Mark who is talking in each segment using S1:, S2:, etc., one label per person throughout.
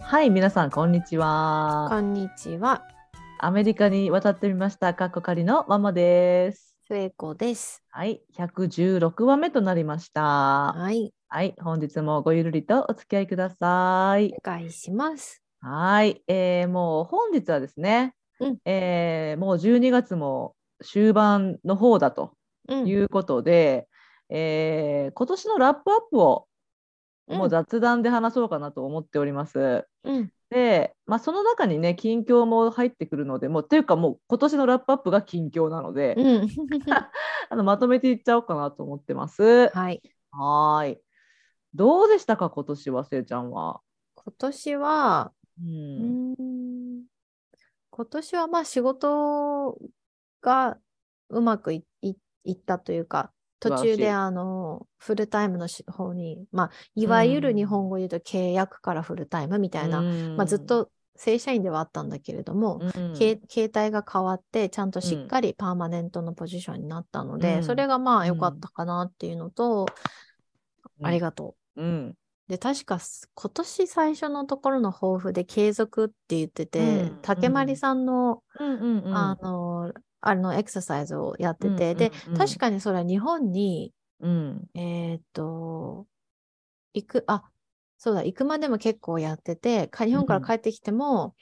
S1: はい、皆さん、こんにちは。
S2: こんにちは、
S1: アメリカに渡ってみました。カッコ仮のママです。
S2: 末子です。
S1: はい、116話目となりました。
S2: はい、
S1: はい、本日もごゆるりとお付き合いください
S2: お。願いします。
S1: はい、えーもう本日はですね、
S2: うん
S1: えーもう12月も終盤の方だと
S2: う
S1: い
S2: ん、
S1: うことで、えー今年のラップアップをもう雑談で話そうかなと思っております。
S2: うん、
S1: で、まあ、その中にね近況も入ってくるのでもうっていうかもう今年のラップアップが近況なので、
S2: うん、
S1: あのまとめていっちゃおうかなと思ってます。
S2: はい、
S1: はーいどうでしたか今年はせいちゃんは。
S2: 今年は、
S1: う
S2: うんーん、今年はまあ仕事がうまくいいいったというか、
S1: 素晴
S2: 途
S1: らしい
S2: 中であのフルタイムのし方に、まあ、いわゆる日本語で言うと契約からフルタイムみたいな、まあ、ずっ、と正社員ではあったんだけれども、
S1: うん
S2: け携帯が変わってちゃんとし
S1: うん
S2: っかりパーマネントのポジションになったので、
S1: うん
S2: それがま
S1: う
S2: あ
S1: ん
S2: 良かったかなっていうのと、ありがと
S1: うん
S2: う。で確かす今年最初のところの抱負で継続って言ってて、
S1: うん
S2: 竹まりさんの、
S1: うんうんうん、
S2: あのあれのエクササイズをやってて、で
S1: うんうんうん
S2: 確かにそれは日本に
S1: うん
S2: えーっと行くあそうだ行くまでも結構やっててか日本から
S1: うん
S2: 帰ってきても、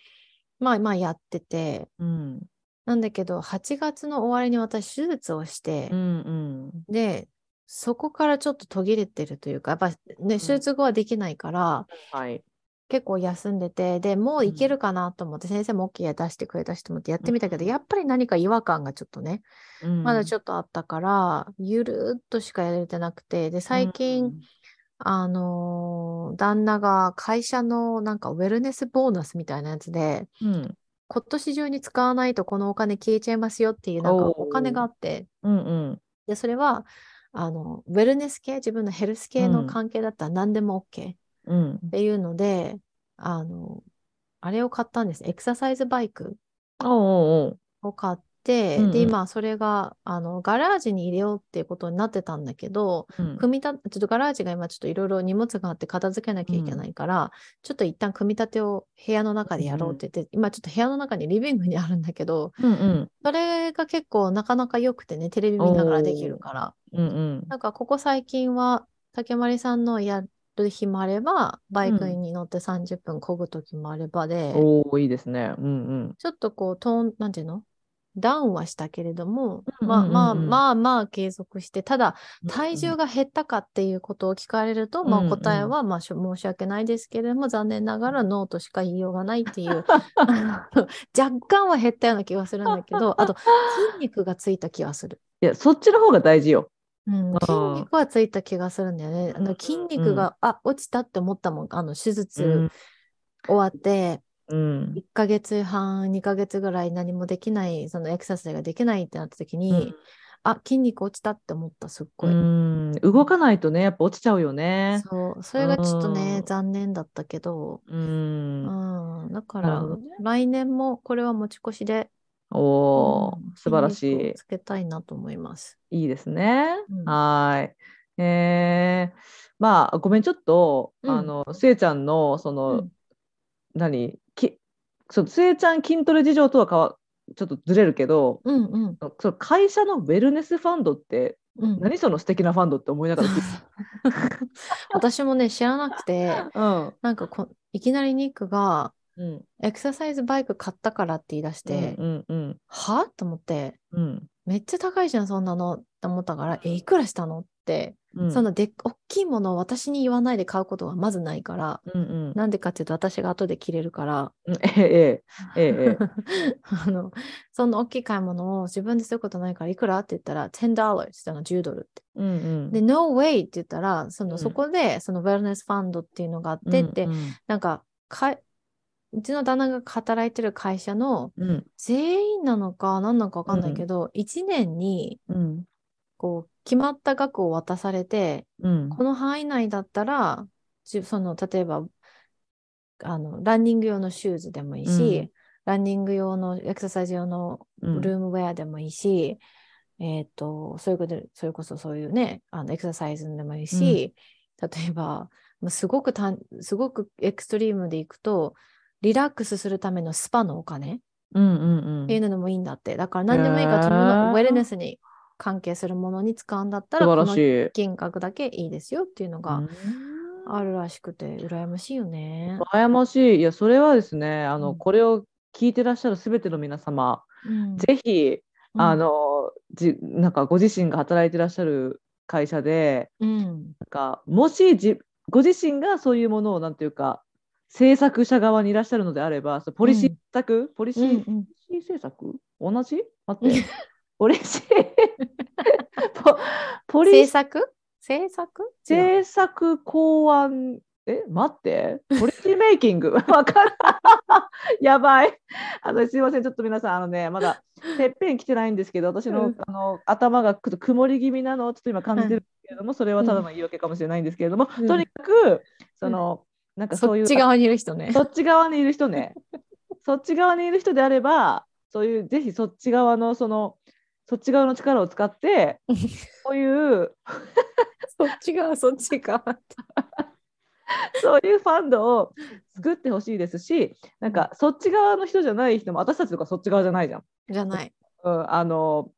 S2: まあまあやってて。
S1: うん
S2: なんだけど、8月の終わりに私、手術をして
S1: う、ん
S2: で、そこからちょっと途切れてるというか、やっぱね、手術後はできないから、
S1: はい
S2: 結構休んでて、でもういけ
S1: うん
S2: るかなと思って、先生も OK 出してくれたしと思ってやってみたけど、
S1: うん
S2: やっぱり何か違和感がちょっとね、まだち
S1: ょっと
S2: ょっとあったから、ゆるーっとしかやれてなくて、で、最近、あのー旦那が会社のなんかウェルネスボーナスみたいなやつで、
S1: うん
S2: 今年中に使わないとこのお金消えちゃいますよっていうなんかお金があって、
S1: うんうん
S2: で、それは、あの、ウェルネス系、自分のヘルス系
S1: うん
S2: の関係だったら何でも OK っ
S1: うん
S2: ていうので、あの、あれを買ったんです。エクササイズバイク
S1: おうおうおう
S2: を買っ
S1: う
S2: て、
S1: んうん
S2: で、今、それが、あの、ガラージに入れようっていうことになってたんだけど、
S1: うん
S2: 組み立て、ちょっとガラージが今ちょっといろいろ荷物があって片付けなきゃいけないから、ちょっと一旦組み立てを部屋の中でやろうって言って、今ちょっと部屋の中にリビングにあるんだけど、
S1: うんうん
S2: それが結構なかなか良くてね、テレビ見ながらできるから。
S1: うんうん
S2: なんかここ最近は竹丸さんのやる日もあればバイクに乗って30分漕ぐ時もあればで、
S1: おおいいですね。うんうん。
S2: ちょっとこうトーンなんていうのダウンはしたけれど
S1: う
S2: も、
S1: んうん
S2: まあ
S1: うんうん
S2: まあまあまあ継続してただ
S1: う
S2: 体
S1: ん
S2: 重が減ったかっていうことを聞かれると、ま
S1: うんう
S2: あ
S1: ん
S2: 答えはまあしょ申し訳ないですけれども残念ながらノーとしか言いようがないっていう あの若干は減ったような気がするんだけどあと筋肉がついた気がする。
S1: いやそっちの方が大事よ。
S2: うん、
S1: あ
S2: 筋
S1: ー
S2: 肉はついた気がするんだよね。あ
S1: うんうん
S2: の筋肉が、あ落ちたって思ったもん。あの手術終わって、
S1: うん
S2: 1ヶ月半、2ヶ月ぐらい何もできない、そのエクササイズができないってなった時に、あ筋肉落ちたって思った、すっご
S1: う
S2: い。
S1: ん動かないとねやっぱ落ちちゃうよね。
S2: そう、それがちょっとね、
S1: うん
S2: 残念だったけど、
S1: う。
S2: うんん、だか
S1: なる
S2: ら
S1: ほどね、
S2: 来年もこれは持ち越しで、
S1: おお
S2: うん
S1: 素晴らし
S2: 筋肉
S1: い
S2: をつ。けたいなと思います。
S1: いいですね。
S2: うん
S1: はーい。えー、まあごめんちょっと、
S2: うん
S1: あのせいちゃんのその、
S2: うん
S1: 何きそうせいちゃん筋トレ事情とはかわちょっとずれるけど
S2: うんうん
S1: その会社のウェルネスファンドって
S2: うん。
S1: 何その素敵なファンドって思いながら聞いて
S2: 私もね、知らなくて、
S1: うん
S2: なんかこいきなりニックが
S1: うん
S2: エクササイズバイク買ったからって言い出して、
S1: うんうん
S2: はと思って
S1: うん
S2: めっちゃ高いじゃんそんなのって思ったからえいくらしたのって、
S1: うん
S2: そんなでっ大きいものを私に言わないで買うことがまずないから
S1: うんうん
S2: なんでかっていうと私が後で切れるから、
S1: うんええええええ
S2: あのそんな大きい買い物を自分ですることないからいくらって言ったら10 dollars って言ったの10ドルって。
S1: うんうん
S2: で、No way って言ったら、そ
S1: う
S2: の、
S1: ん
S2: そこで、その、ウェルネスファンドっていうのがあってって、
S1: うん
S2: なんかかい、うちの旦那が働いてる会社の
S1: うんうん
S2: 全員なのか何なのか分かんないけど、1年に
S1: うん
S2: こう決まった額を渡されて、
S1: うん
S2: この範囲内だったら、じその例えばあのランニング用のシューズでもいいし、
S1: うん
S2: ランニング用のエクササイズ用の
S1: うん
S2: ルームウェアでもいいし、えっ、と、そういうことで、それこそそういうね、あのエクササイズでもいいし、例えば、まあすごくたんすごくエクストリームでいくと、リラックスするためのスパのお金っ
S1: うんうんうん。
S2: ていう
S1: 素
S2: のもいいんだって。だから何でもいいから、自分
S1: へー
S2: のウェルネスに関係するものに使うんだったら、
S1: 晴
S2: こ
S1: らし
S2: の
S1: い。
S2: 金額だけいいですよっていうの
S1: う
S2: が
S1: ん
S2: あるらしくて、羨ましいよね。
S1: 羨ましい。いや、それはですね、あの、
S2: うん
S1: これを聞いてらっしゃるすべての皆様、
S2: うん
S1: ぜひ、
S2: うん
S1: あの、じ、なんかご自身が働いてらっしゃる会社で、
S2: うん、
S1: なんか、もしじ、ご自身がそういうものを、なんていうか、制作者側にいらっしゃるのであれば、そのポリシー
S2: うん
S1: 策、ポリシ
S2: う
S1: ー、
S2: んうん
S1: ポリシー制作同じ待 って。ポリシーポ、ポリ
S2: 制
S1: シー
S2: 作制作違
S1: 制
S2: う
S1: 作考案、え、待って。ポリシーメイキ ングわからん。 やばい。あの、すいません。ちょっと皆さん、あのね、まだ、てっぺん来てないんですけど、私の、
S2: うん
S1: あの、頭がちょっと曇り気味なのをちょっと今感じてるんですけれども、それはただの言い訳かもしれないんですけれども、
S2: うん
S1: とにかく、その、なんかそういう。
S2: そっち側にいる人ね。
S1: そっち側にいる人ね。そっち側にいる人であれば、そういうぜひそっち側のそのそっち側の力を使 って、そういう
S2: そっち側、そっち側。
S1: そういうファンドを作ってほしいですし、なんかそっち側の人じゃない人も私たちとかそっち側じゃないじゃん。
S2: じゃない。
S1: うん、あの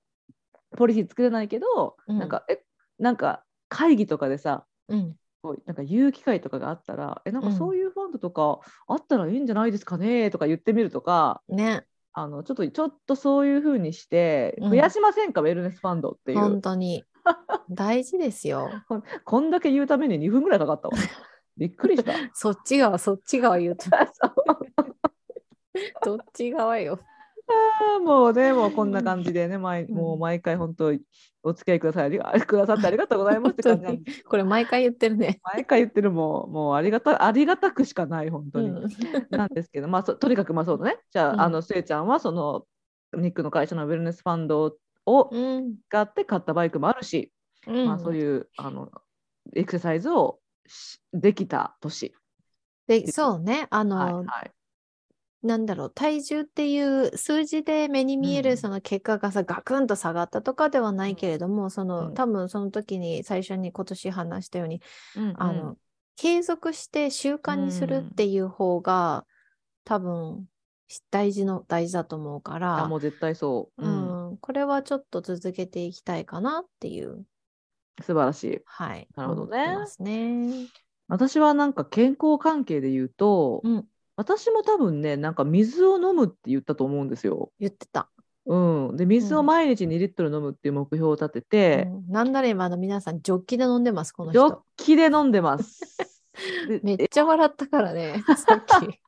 S1: ポリシー作れないけど、
S2: うん
S1: なんかえなんか会議とかでさ。
S2: うん。
S1: こうなんか言う機会とかがあったら、えなんか
S2: うん
S1: そういうファンドとかあったらいいんじゃないですかねとか言ってみるとか、
S2: ね。
S1: あのちょっとちょっとそういうふうにして
S2: うん
S1: 増やしませんか、ウェルネスファンドっていう、
S2: 本当に。大事ですよ。
S1: こんだけ言うために2分ぐらいかかったわびっくりした
S2: そっち側、そっち側言うと。
S1: そう
S2: どっち側よ。
S1: あー もうねもうこんな感じでね毎もう毎回本当お付き合いくださいありがくださってありがとうございますって感じなん で
S2: これ毎回言って るね。
S1: 毎回言ってるもうもうありがたありがたくしかない本当に、
S2: うん
S1: なんですけどまあそとにかくまあそうだねじゃあ,、
S2: うん
S1: あのせいちゃんはそのニックの会社のウェルネスファンドを
S2: うん。
S1: 使って買ったバイクもあるし、
S2: うん
S1: まあ、そういうあのエクササイズをしできた年、
S2: でそうね。あの、
S1: はいはい、
S2: なんだろう、体重っていう数字で目に見え
S1: うんう
S2: る
S1: ん
S2: その結果がさ、ガクンと下がったとかではないけれども、その、
S1: うん
S2: 多分その時に最初に今年話したように、
S1: うん
S2: あの、継続して習慣にするっていう方が、多分し大事の大事だと思うか
S1: あ
S2: ら
S1: もう絶対そう、
S2: う
S1: うん
S2: ん、これはちょっと続けていきたいかなっていう
S1: 素晴らしい
S2: はい
S1: なるほどね
S2: 思ってますね。
S1: 私はなんか健康関係で言うと、
S2: うん
S1: 私も多分ねなんか水を飲むって言ったと思うんですよ、
S2: 言ってた。
S1: うん、で水を毎日2リットル飲むっていう目標を立て
S2: う
S1: て、
S2: ん、なんだら今の皆さんジョッキで飲んでますこの
S1: ジョッ
S2: 人。
S1: キで飲んでます で
S2: めっ
S1: え
S2: ちゃ笑ったからねさっき。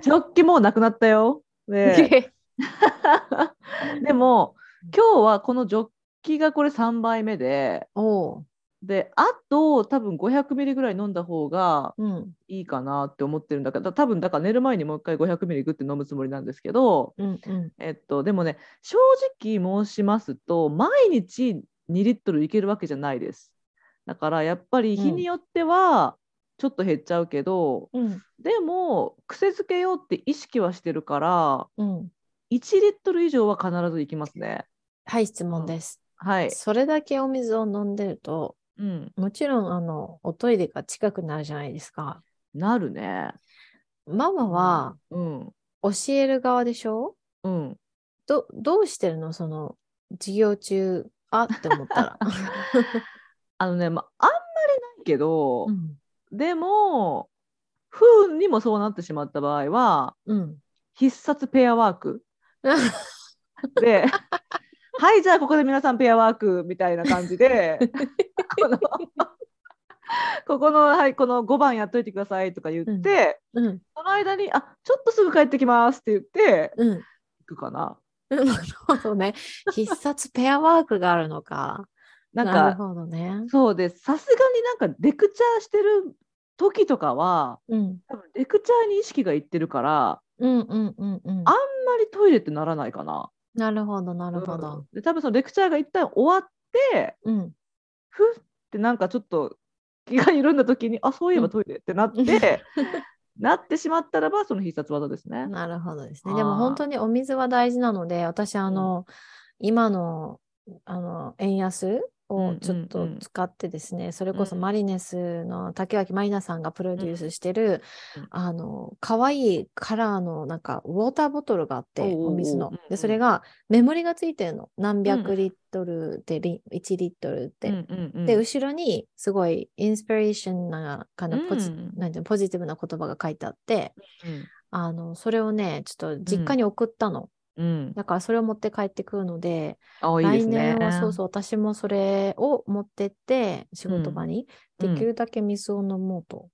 S1: ジョッキもうなくなったよ ででも今日はこのジョッキがこれ3杯目で
S2: おう、
S1: であと多分500ミリぐらい飲んだ方が
S2: うん
S1: いいかなって思ってるんだけど多分だから寝る前にもう一回500ミリグって飲むつもりなんですけど、
S2: うんうん
S1: えっと、でもね正直申しますと毎日2リットルいけるわけじゃないですだからやっぱり日
S2: うん
S1: によってはちょっと減っちゃうけど、
S2: うん
S1: でも癖づけようって意識はしてるから
S2: うん。
S1: 1リットル以上は必ずいきますね
S2: はい質問です。
S1: はい、
S2: それだけお水を飲んでると
S1: うん、
S2: もちろんあのおトイレが近くなるじゃないですか。
S1: なるね
S2: ママは
S1: うん
S2: 教える側でしょ
S1: うん
S2: どどうしてるのその授業中あって思ったら。
S1: あのね、まあ、あんまりないけど、
S2: うん
S1: でも不運にもそうなってしまった場合は
S2: うん、
S1: 必殺ペアワークではいじゃあここで皆さんペアワークみたいな感じで このここの,、はい、この5番やっといてくださいとか言って、
S2: うんうん
S1: その間に「あちょっとすぐ帰ってきます」って言って
S2: うん
S1: 行くかな。
S2: うん なるほどね。必殺ペアワークがあるのか。
S1: なん
S2: なる
S1: か
S2: ほどね。
S1: そうですさすがになんかレクチャーしてる時とかは
S2: うん
S1: 多分レクチャーに意識がいってるから
S2: うんうんうんうん。
S1: ああんまりトイレってならないかな。
S2: なるほどなるほ
S1: う
S2: ど
S1: ん。で多分そのレクチャーが一旦終わって
S2: うん
S1: ふっってなんかちょっと気が緩んだ時にあそういえばトイレってなって、なってしまったらばその必殺技ですね。
S2: なるほどですね。
S1: あー
S2: でも本当にお水は大事なので、私、あの、今の、あの、円安をちょっ
S1: うん
S2: と
S1: うんうん
S2: 使ってですね、それこそ
S1: うん
S2: マリネスの竹脇まりなさんがプロデュースしてる、
S1: うんうん
S2: あの可愛いカラーのなんかウォーターボトルがあって
S1: おうおうおう
S2: お水の
S1: うんうん
S2: でそれがメモリがついてるの何百リットルで、リ1リットルって、で後ろにすごいインスピレーションなかなポジ,、
S1: うん
S2: なんていうのポジティブな言葉が書いてあってあのそれをねちょっと実家に送ったの、
S1: うん、
S2: だからそれを持って帰ってくるので
S1: あいいです
S2: 来
S1: ね。
S2: 年はそうそう私もそれを持ってって仕事場に、
S1: うん
S2: できるだけ水を飲もうと、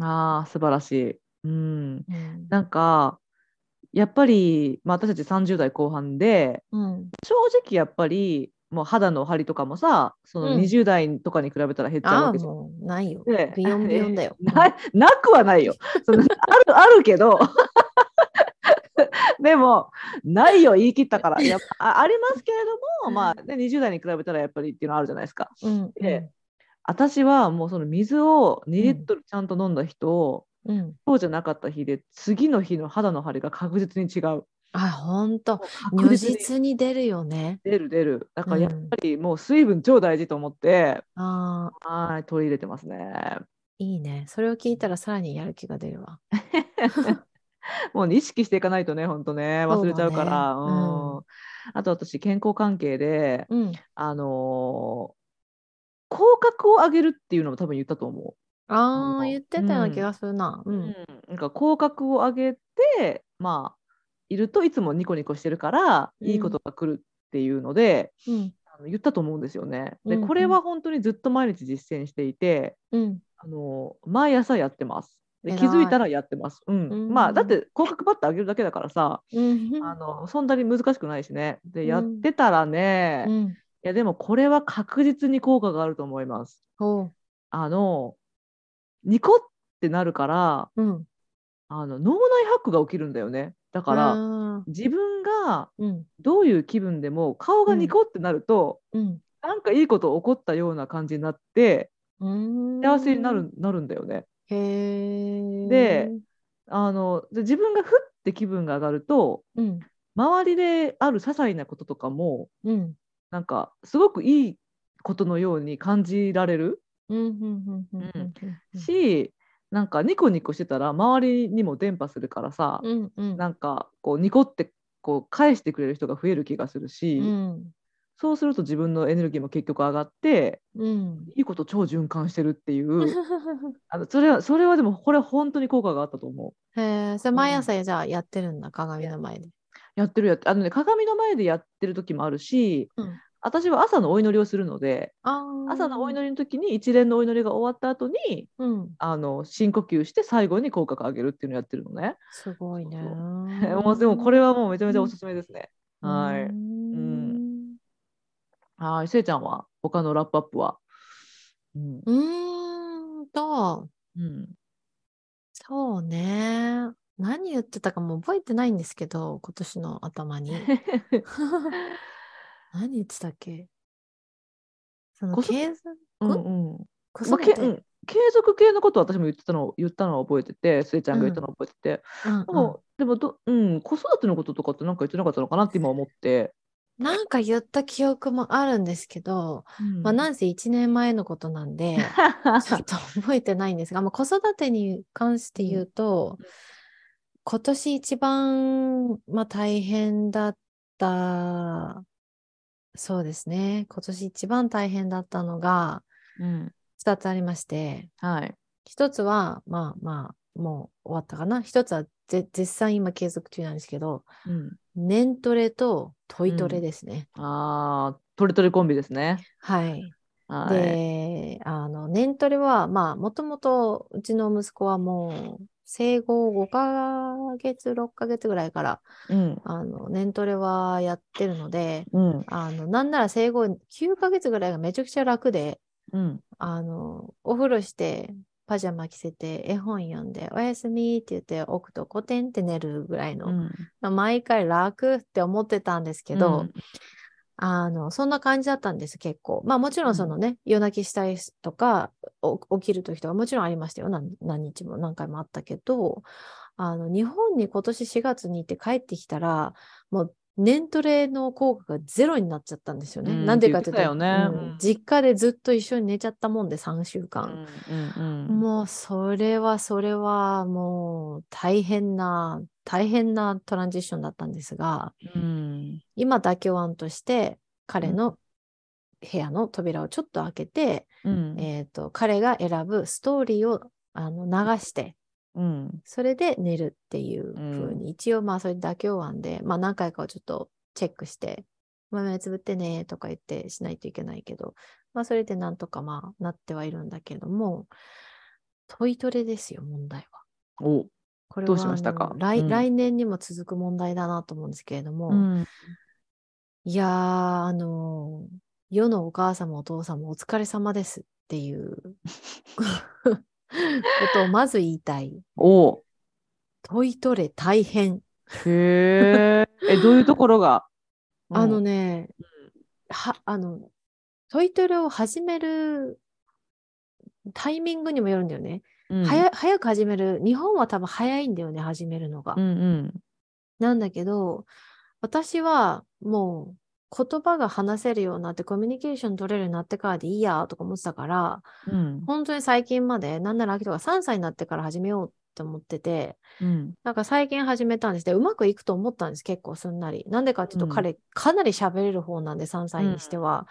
S1: ああ素晴らしい。うん、
S2: うん
S1: なんかやっぱり、まあ、私たち30代後半で
S2: うん
S1: 正直やっぱりもう肌の張りとかもさその
S2: うん
S1: 20代とかに比べたら減っちゃう
S2: あ
S1: わ
S2: あ
S1: けじゃん。
S2: もうないよ
S1: ね
S2: ビヨンビヨンだよ
S1: ななくはないよ。そのあるあるけど でもないよ言い切ったからやっぱあありますけれども、まあね、20代に比べたらやっぱりっていうのはあるじゃないですか。
S2: うん
S1: で私はもうその水を2リ
S2: う
S1: ッ
S2: ん
S1: トルちゃんと飲んだ人を、
S2: うんうん
S1: そうじゃなかった日で次の日の肌の張りが確実に違う。
S2: あほんと
S1: 確
S2: 如
S1: 実に
S2: 実に出るよね
S1: 出る出る。だからやっ
S2: うん
S1: ぱりもう水分超大事と思って、
S2: ああ
S1: はい取り入れてますね。
S2: いいねそれを聞いたらさらにやる気が出るわ
S1: もうね意識していかないとね本当ね忘れちゃうから。
S2: そううだねうん
S1: んあと私健康関係で、
S2: うん
S1: あのー口角を上げるっていうのも多分言ったと思
S2: あ
S1: あ
S2: あ
S1: の
S2: 言ってたよう
S1: う
S2: なん気がするなう
S1: う。
S2: ん、
S1: なんか口角を上げてまあいるといつもニコニコしてるから、
S2: うん
S1: いいことが来るっていうので
S2: うん
S1: あの言ったと思うんですよね。で、
S2: うんうん
S1: これは本当にずっと毎日実践していて、
S2: うん
S1: あの毎朝やってます。で
S2: 偉い
S1: 気づいたらやってます。うん。
S2: うん
S1: まあだって口角パッと上げるだけだからさ、
S2: うん
S1: あのそんなに難しくないしね。で、
S2: うん
S1: やってたらね、
S2: う
S1: い
S2: ん
S1: やでもこれは確実に効果があると思います。
S2: ほ
S1: あのニコってなるから、
S2: ううん
S1: あの脳内ハックが起きるんだよね。だから、
S2: あー
S1: 自分が
S2: うん
S1: どういう気分でも顔がニコってなると、
S2: うん
S1: なんかいいこと起こったような感じになって。
S2: うーん
S1: 幸せになるなるんだよね。
S2: へえ。
S1: で、あので自分がふって気分が上がると
S2: うん、
S1: 周りである些細なこととかも
S2: うん、
S1: なんかすごくいいことのように感じられる
S2: うん、うん、うん、うん、うん、
S1: し、なんかニコニコしてたら周りにも伝播するからさ、
S2: うん、うん、
S1: なんかこうニコってこう返してくれる人が増える気がするし、
S2: うん、
S1: そうすると自分のエネルギーも結局上がって
S2: うん。
S1: いいこと超循環してるっていう あのそれはそれはでもこれ本当に効果があったと思う。
S2: へえ、それ毎朝じゃあやってるんだ、鏡の前で。
S1: やってるやってあのね鏡の前でやってる時もあるし、
S2: うん
S1: 私は朝のお祈りをするので
S2: ああ
S1: 朝のお祈りの時に一連のお祈りが終わった後に
S2: り。うん、
S1: あの深呼吸して最後に口角上げるっていうのをやってるのね、
S2: すごいね。
S1: そうもうでも これはもうめちゃめちゃおすすめですね、は
S2: う
S1: い
S2: ん。
S1: はいせいちゃんは他のラップアップはうん、
S2: うーんと、
S1: うん、
S2: そうね。何言ってたかもう覚えてないんですけど、今年の 頭に。 何言ってたっけその
S1: こそ
S2: 経済
S1: うんうん
S2: 子
S1: まあ
S2: 育
S1: け
S2: て、
S1: うん継続系のことは私も言ってたの言ったのは覚えててせいちゃんが言ったのは覚えてて、
S2: うん
S1: でもでもど、うん、子育てのこととかってなんか言ってなかったのかなって今思って。
S2: うんなんか言った記憶もあるんですけど、まあなんせ1年前のことなんでちょっと覚えてないんですが、まあ、子育てに関して言うと、今年一番、まあ、大変だったそうですね今年一番大変だったのが
S1: うん、
S2: 2つありまして。
S1: はい。
S2: 一つは、まあまあ、もう終わったかな。一つはぜ絶賛今継続中なんですけど、
S1: うん、
S2: 年トレとトイトレ
S1: うん
S2: ですね。
S1: ああ、トリトリコンビですね。
S2: はい。
S1: はい。
S2: で、あの、年トレは、まあ、もともとうちの息子はもう、生後5ヶ月、6ヶ月ぐらいから、
S1: うん、
S2: あの、年トレはやってるので、
S1: うん、
S2: あの、なんなら生後9ヶ月ぐらいがめちゃくちゃ楽で、
S1: うん、
S2: あの、お風呂して、パジャマ着せて、絵本読んで、おやすみって言って、置くとコテンって寝るぐらいの、
S1: うん、
S2: まあ毎回楽って思ってたんですけど、
S1: うん
S2: あの、そんな感じだったんです、結構。まあもちろ
S1: うんん
S2: そのね、夜泣きしたりとか、お起きる時とかもちろんありましたよ。何何日も何回もあったけど、あの、日本に今年4月に行って帰ってきたら、もう年トレの効果がゼロになっちゃったんですよね。
S1: うん
S2: なんでかっていう
S1: 言
S2: と、
S1: ってたよね
S2: うん
S1: うん
S2: 実家でずっと一緒に寝ちゃったもんで3週間。
S1: うん
S2: もうそれはそれはもう大変な大変なトランジションだったんですが
S1: うん
S2: 今妥協案として彼の部屋の扉をちょっと開けて、
S1: うん
S2: えー、と彼が選ぶストーリーをあの流して
S1: うん
S2: それで寝るっていう風に、一応まあそれ妥協案で、まあ何回かはちょっとチェックして、まあ目つぶってねとか言ってしないといけないけど、まあそれでなんとかまあなってはいるんだけども、トイトレですよ、問題は。
S1: お
S2: これは
S1: どうしましたか
S2: あの来,、
S1: うん
S2: 来年にも続く問題だなと思うんですけれども、
S1: うん
S2: いやー、あのー世のお母様お父様お疲れ様ですっていう ことをまず言いたい。
S1: お
S2: トイトレ大変。
S1: へ ええどういうところが
S2: あのね、は、あの、トイトレを始めるタイミングにもよるんだよね。
S1: うん
S2: 早早く始める。日本は多分早いんだよね、始めるのが。
S1: うんうん
S2: なんだけど、私はもう言葉が話せるようになって、コミュニケーション取れるようになってからでいいやとか思ってたから、
S1: うん
S2: 本当に最近まで、なんなら秋とか3歳になってから始めようって思ってて、
S1: うん
S2: なんか最近始めたんですでうまくいくと思ったんです結構すんなりなんでかっていうと
S1: うん
S2: 彼、かなり喋れる方なんで3歳にしては、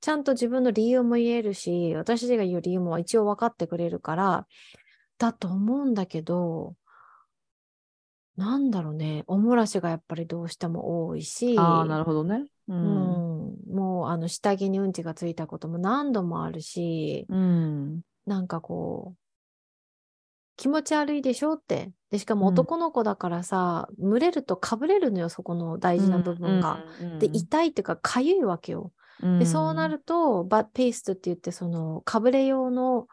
S2: ちゃんと自分の理由も言えるし私たちが言う理由も一応分かってくれるからだと思うんだけどなんだろうねおもらしがやっぱりどうしても多いし
S1: ああなるほどねう
S2: うん、もうあの下着にうんちがついたことも何度もあるし
S1: うん
S2: なんかこう、気持ち悪いでしょって。で、しかも
S1: うん
S2: 男の子だからさ、群れるとかぶれるのよ、そこの大事な部分が。で、痛いっていうか、かゆいわけよ。で、そうなると、バッドペーストって言って、その、かぶれ用の、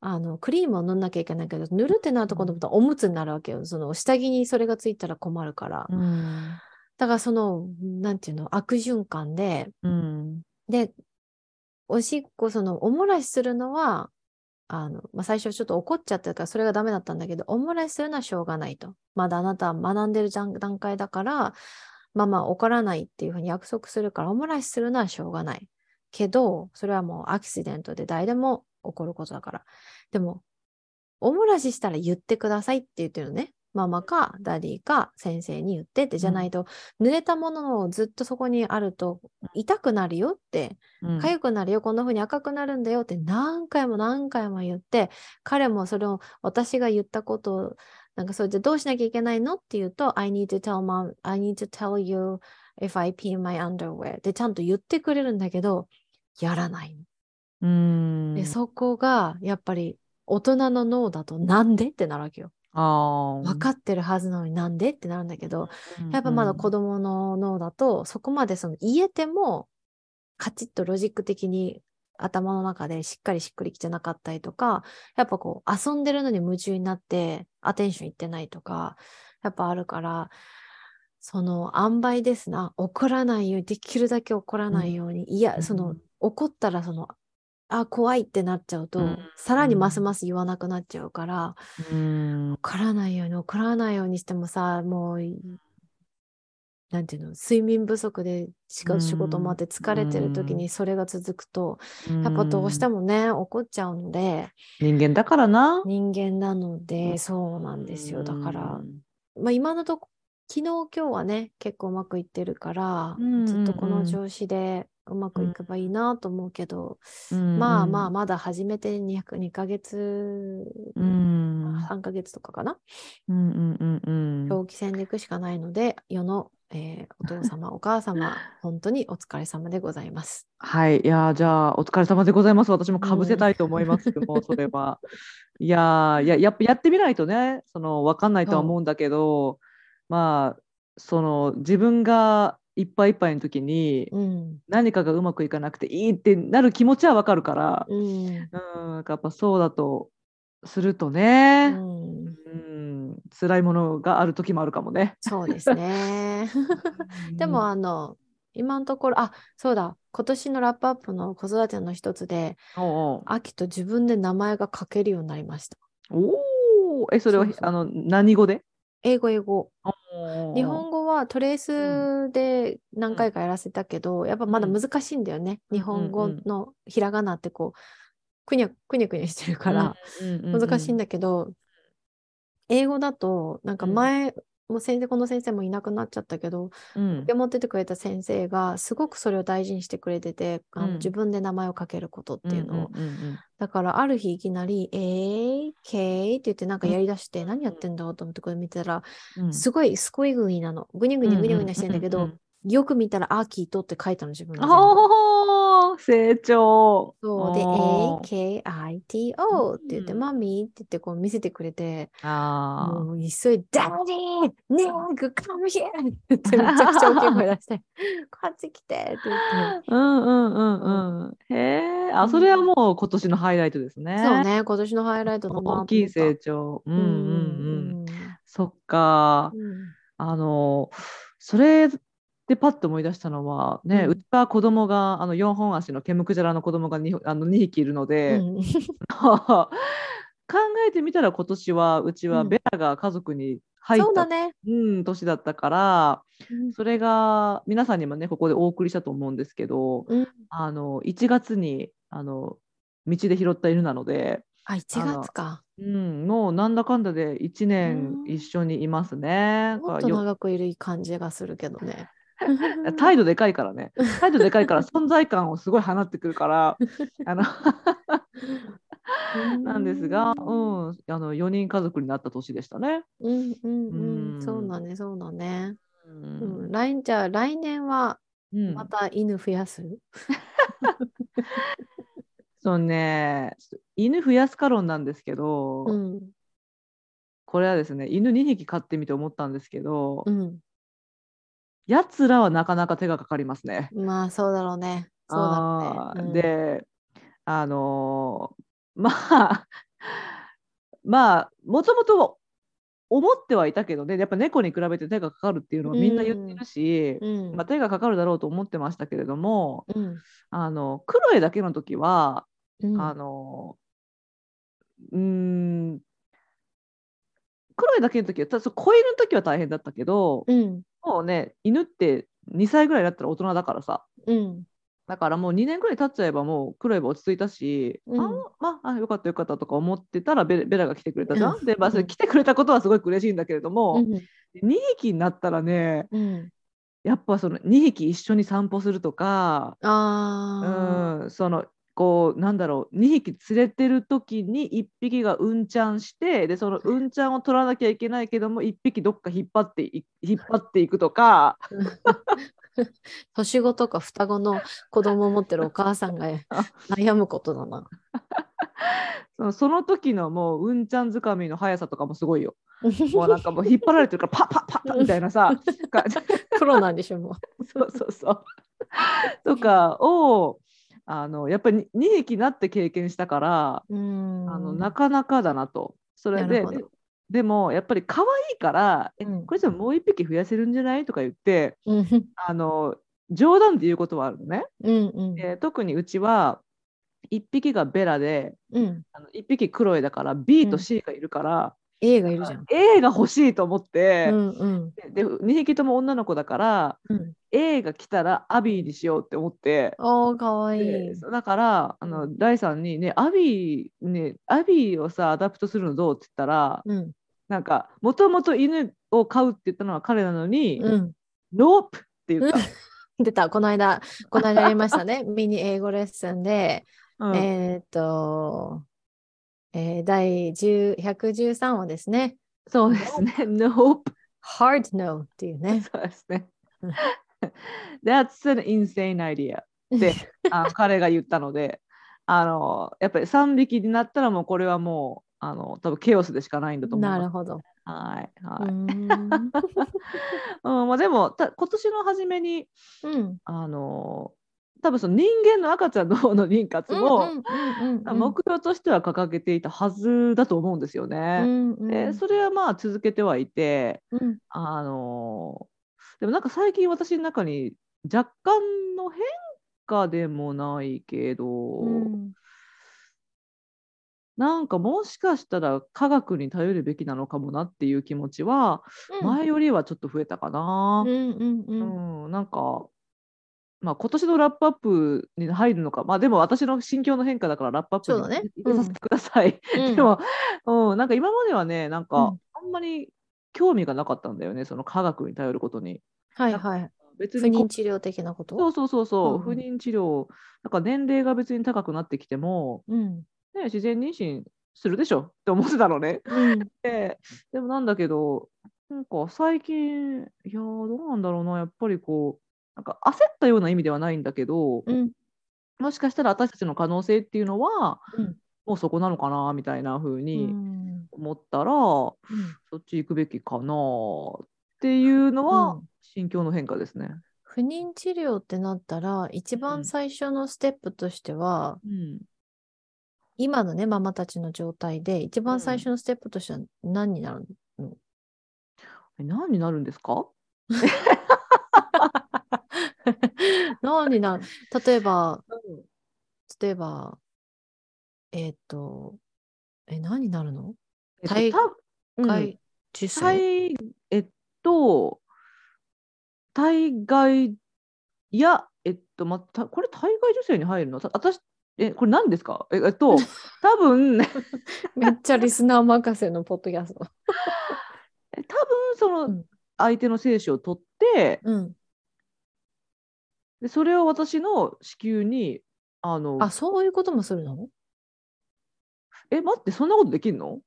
S2: あの、クリームを塗んなきゃいけないけど、塗るってなると、今度またおむつになるわけよ。その、下着にそれがついたら困るから。
S1: うん
S2: だから、その、なんていうの、悪循環で、
S1: うん
S2: で、おしっこ、その、おもらしするのは、あの、まあ、最初ちょっと怒っちゃったから、それがダメだったんだけど、おもらしするのはしょうがないと。まだあなたは学んでるじゃん段階だから、まあまあ怒らないっていうふうに約束するから、おもらしするのはしょうがない。けど、それはもうアクシデントで誰でも起こることだから。でも、おもらししたら言ってくださいって言ってるのね。ママかダディか先生に言ってって、じゃないと、濡れたものをずっとそこにあると痛くなるよって
S1: うん
S2: 痒くなるよ、こんな風に赤くなるんだよって何回も何回も言って、彼もそれを私が言ったことを、なんかそれでどうしなきゃいけないのって言うと、I need to tell mom, I need to tell you if I pee in my underwear ってちゃんと言ってくれるんだけど、やらないの。
S1: うん
S2: で、そこがやっぱり大人の脳だとなんでってなるわけよ。
S1: あ
S2: 分かってるはずなのになんでってなるんだけど、やっぱまだ子
S1: 供
S2: 供の脳だと、そこまでその言えても、カチッとロジック的に頭の中でしっかりしっくりきてなかったりとか、やっぱこう遊んでるのに夢中になってアテンションいってないとか、やっぱあるから、その塩梅ですな。怒らないように、できるだけ怒らないように。いや、その怒ったらその、あ、怖いってなっちゃうと、
S1: うん
S2: さらにますます言わなくなっちゃうから、
S1: うん
S2: 怒らないように怒らないようにしてもさもうい、なんていうの睡眠不足でし
S1: う
S2: か
S1: ん
S2: 仕事もあって疲れてる時
S1: う
S2: にそれが続くと、やっぱどうしてもね怒っちゃうので
S1: 人間だからな
S2: 人間なのでそうなんですよだから、まあ、今のとこ昨日今日はね結構うまくいってるから、
S1: うん
S2: ずっとこ
S1: うんう
S2: の
S1: ん
S2: 調子でうまくいけばいいなと思うけど、
S1: うん
S2: まあまあまだ始めて 2, 2ヶ月、
S1: うん
S2: 3ヶ月とかかな
S1: うんうんうんうん
S2: 長期戦で行くしかないので、世の、えーお父 様、お母様、本当にお疲れ様でございます。
S1: はい、いやー、じゃあ、お疲れ様でございます。私もかぶせたいと思います。もうそれは。いやー、いや、やっぱやってみないとね、その、わかんないとは
S2: そう
S1: 思うんだけど。まあ、その、自分がいっぱいいっぱいの時に、
S2: うん。
S1: 何かがうまくいかなくていいってなる気持ちはわかるから。
S2: うん。
S1: うん、やっぱそうだと、すると
S2: う
S1: ね。
S2: ん、
S1: うん、辛いものがある時もあるかもね。
S2: そうで すね。 でも、あの、今のところ、あ、そうだ、今年のラップアップの子育ての一つで、
S1: うん、おう
S2: 秋と自分で名前が書けるようになりました。
S1: おう。おお、え、それは、
S2: そうそう
S1: あの、何語で。
S2: 英語、英語。
S1: おう
S2: 日本語はトレースで何回かやらせたけど、やっぱまだ難しいんだよね、
S1: うん
S2: 日本語
S1: うんうん
S2: のひらがなってこうくにゃくにゃくにゃしてるから難しいんだけど、英語だとなんか前、もう先生この先生もいなくなっちゃったけど、
S1: うん
S2: で持っててくれた先生がすごくそれを大事にしてくれてて、あの
S1: うん
S2: 自分で名前をかけることっていうのを、
S1: うんうんうん
S2: だからある日いきなり「えー、けー」って言ってなんかやりだして、何やってんだろうと思ってこれ見てたら、
S1: うんうん
S2: すごいスコイグイなのグニグニグニグニしてんだけど、
S1: ううう
S2: よく見たら「アーキート」って書いたの自分
S1: うん
S2: が全部
S1: おお成長
S2: そうで
S1: おー
S2: AKITO って言って、
S1: うん
S2: マミーって言ってこう見せてくれて、
S1: あー
S2: もう急いで、ダディーネーグカムヒェーってめちゃくちゃ大きい声出して、 こっち来てって言って。
S1: うんうんうんうん。へえ、あ、それはもう今年のハイライトですね。
S2: そう。ね、今年のハイライトだなと思った
S1: 大きい成長。うん
S2: う
S1: うんんうん。そっか
S2: うん。うん
S1: あの、それでパッと思い出したのは、ね、
S2: うん
S1: うちは子供が、あの、4本足のケムクジャラの子供が 2, あの2匹いるので、
S2: うん
S1: 考えてみたら今年は、うちは
S2: うん
S1: ベラが家族に入っ
S2: そうだ
S1: た、
S2: ね。
S1: うん、年だったから、
S2: うん
S1: それが皆さんにもねここでお送りしたと思うんですけど、
S2: うん
S1: あの1月にあの道で拾った犬なので、
S2: あ、1月か。
S1: うん、もうなんだかんだで1年
S2: うん
S1: 一緒にいますね。
S2: もっ
S1: だか
S2: と
S1: らよ
S2: 長くいる感じがするけど ね。
S1: 態度でかいからね態度でかいから存在感をすごい放ってくるからあのなんですが、うん、あの4人家族になった年でしたね。
S2: うんうんうん、
S1: うん
S2: そうだね、そうだね。
S1: う
S2: うん、
S1: ん
S2: 来じゃあ来年は
S1: うん
S2: また犬増やす、
S1: そうねちょっと犬増やすカロンなんですけど、
S2: うん
S1: これはですね犬2匹飼ってみて思ったんですけど、
S2: うん、
S1: やつらはなかなか手がかかりますね。
S2: まあそうだろうね。そうだろ
S1: あ
S2: うね。
S1: ー
S2: うん、
S1: であのーまあまあもともと思ってはいたけどねやっぱ猫に比べて手がかかるっていうのはみんな言ってるし、
S2: うん、
S1: まあ、手がかかるだろうと思ってましたけれども
S2: うん、
S1: あのクロエだけの時は、
S2: うん、
S1: あのーうーんクロエだけの時はただそう子犬の時は大変だったけど、
S2: うん、
S1: もうね犬って2歳ぐらいだったら大人だからさ
S2: うん、
S1: だからもう2年ぐらい経っちゃえばもうクロエば落ち着いたし、
S2: うん
S1: あまああよかったよかったとか思ってたらベレベラが来てくれたじゃん。
S2: うん
S1: で、まあ、それ来てくれたことはすごく嬉しいんだけれど
S2: う
S1: も、
S2: ん、
S1: 2匹になったらね
S2: うん、
S1: やっぱその2匹一緒に散歩するとか、う
S2: ああ、
S1: ん、そのこうなんだろう2匹連れてる時に1匹がうんちゃんしてでそのうんちゃんを取らなきゃいけないけども1匹どっか引っ張ってい引っ張っていくとか。
S2: 年子とか双子の子供を持ってるお母さん が悩むことだな。
S1: そのその時のもううんちゃんづかみの速さとかもすごいよ。もうなんかもう引っ張られてるからパッパッパッパッみたいなさか
S2: プロなんでしょもう。
S1: そうそうそうとかをあのやっぱりに2匹なって経験したから
S2: うん、
S1: あのなかなかだなと。それ
S2: なる
S1: で
S2: ほど
S1: ででもやっぱり可愛いから「え
S2: うん
S1: これじゃもう1匹増やせるんじゃない?」とか言って
S2: うん、
S1: あの冗談で言うことはあるのね。
S2: うん、うん、
S1: で特にうちは1匹がベラで
S2: うん、
S1: あの1匹クロエだから B
S2: う
S1: と
S2: ん
S1: C がいるから、
S2: A がいるじゃん。
S1: A が欲しいと思って。
S2: うん、うん、
S1: で2匹とも女の子だから
S2: うん。
S1: A が来たらアビーにしようって思って。
S2: おー、かわいい
S1: で。そうだからあのダイさんに、ね「アビー、ね、アビーをさアダプトするのどう?」って言ったら
S2: うん、
S1: なんかもともと犬を飼うって言ったのは彼なのに「
S2: うん。
S1: ノープ!」って言った。
S2: 出た、この間、この間やりましたね。 ミニ英語レッスンで、
S1: うん
S2: えーっと、えー第10 113話ですね。
S1: そうですね「ノープ
S2: Hard No っていう」ね。
S1: そうですね
S2: うん。
S1: That's an insane idea って あ彼が言ったのであのやっぱり3匹になったらもうこれはもうあの多分ケオスでしかないんだと思い
S2: な
S1: ます
S2: るほど。
S1: はいは
S2: う
S1: い。
S2: ーん
S1: うん、まあでもた今年の初めに
S2: うん。
S1: あのー多分その人間の赤ちゃんの方の妊活
S2: う
S1: も、
S2: んうんうんうん
S1: 目標としては掲げていたはずだと思うんですよ
S2: う
S1: ね。
S2: んうん
S1: でそれはまあ続けてはいて
S2: うん
S1: あのーでもなんか最近私の中に若干の変化でもないけど、
S2: うん
S1: なんかもしかしたら科学に頼るべきなのかもなっていう気持ちは前よりはちょっと増えたかな
S2: う。んうん
S1: う
S2: うん
S1: んなんか、まあ、今年のラップアップに入るのか、まあ、でも私の心境の変化だからラップアップ
S2: そうだね
S1: に入れさせてください。
S2: うん
S1: でも、うん、なんか今まではねなん
S2: う
S1: か
S2: ん
S1: あんまり興味がなかったんだよねその科学に頼ることに。
S2: はいはい
S1: 別
S2: 不
S1: にこ
S2: 妊治療的なこと
S1: そうそうそうそう、
S2: うん
S1: 不妊治療なんか年齢が別に高くなってきても、
S2: うん
S1: ね、自然妊娠するでしょって思ってたのね。
S2: うん
S1: ででもなんだけどなんか最近いやーどうなんだろうなやっぱりこうなんか焦ったような意味ではないんだけど、
S2: うん
S1: もしかしたら私たちの可能性っていうのは、
S2: うん
S1: もうそこなのかなみたいな風
S2: う
S1: に
S2: ん
S1: 思ったら、そっち行くべきかなっていうの
S2: う
S1: は
S2: ん
S1: 心境の変化ですね。
S2: 不妊治療ってなったら一
S1: うん
S2: 番最初のステップとしては、
S1: うん、
S2: 今のねママたちの状態で一
S1: う
S2: 番
S1: ん
S2: 最初のステップとしては何になるの、
S1: え何になるんですか？
S2: 何になる例えば例えばえっ、とえ何になるの
S1: えっと
S2: 一
S1: たうん
S2: 回受精、
S1: 体えっと体外いやえっとまたこれ体外受精に入るのた私えこれ何ですかええっ と多分え
S2: めっちゃリスナー任せのポッドキャスト。
S1: 多分その、
S2: うん
S1: 相手の精子を取って
S2: うん、
S1: でそれを私の子宮にあの
S2: あそういうこともするの
S1: え待ってそんなことできるの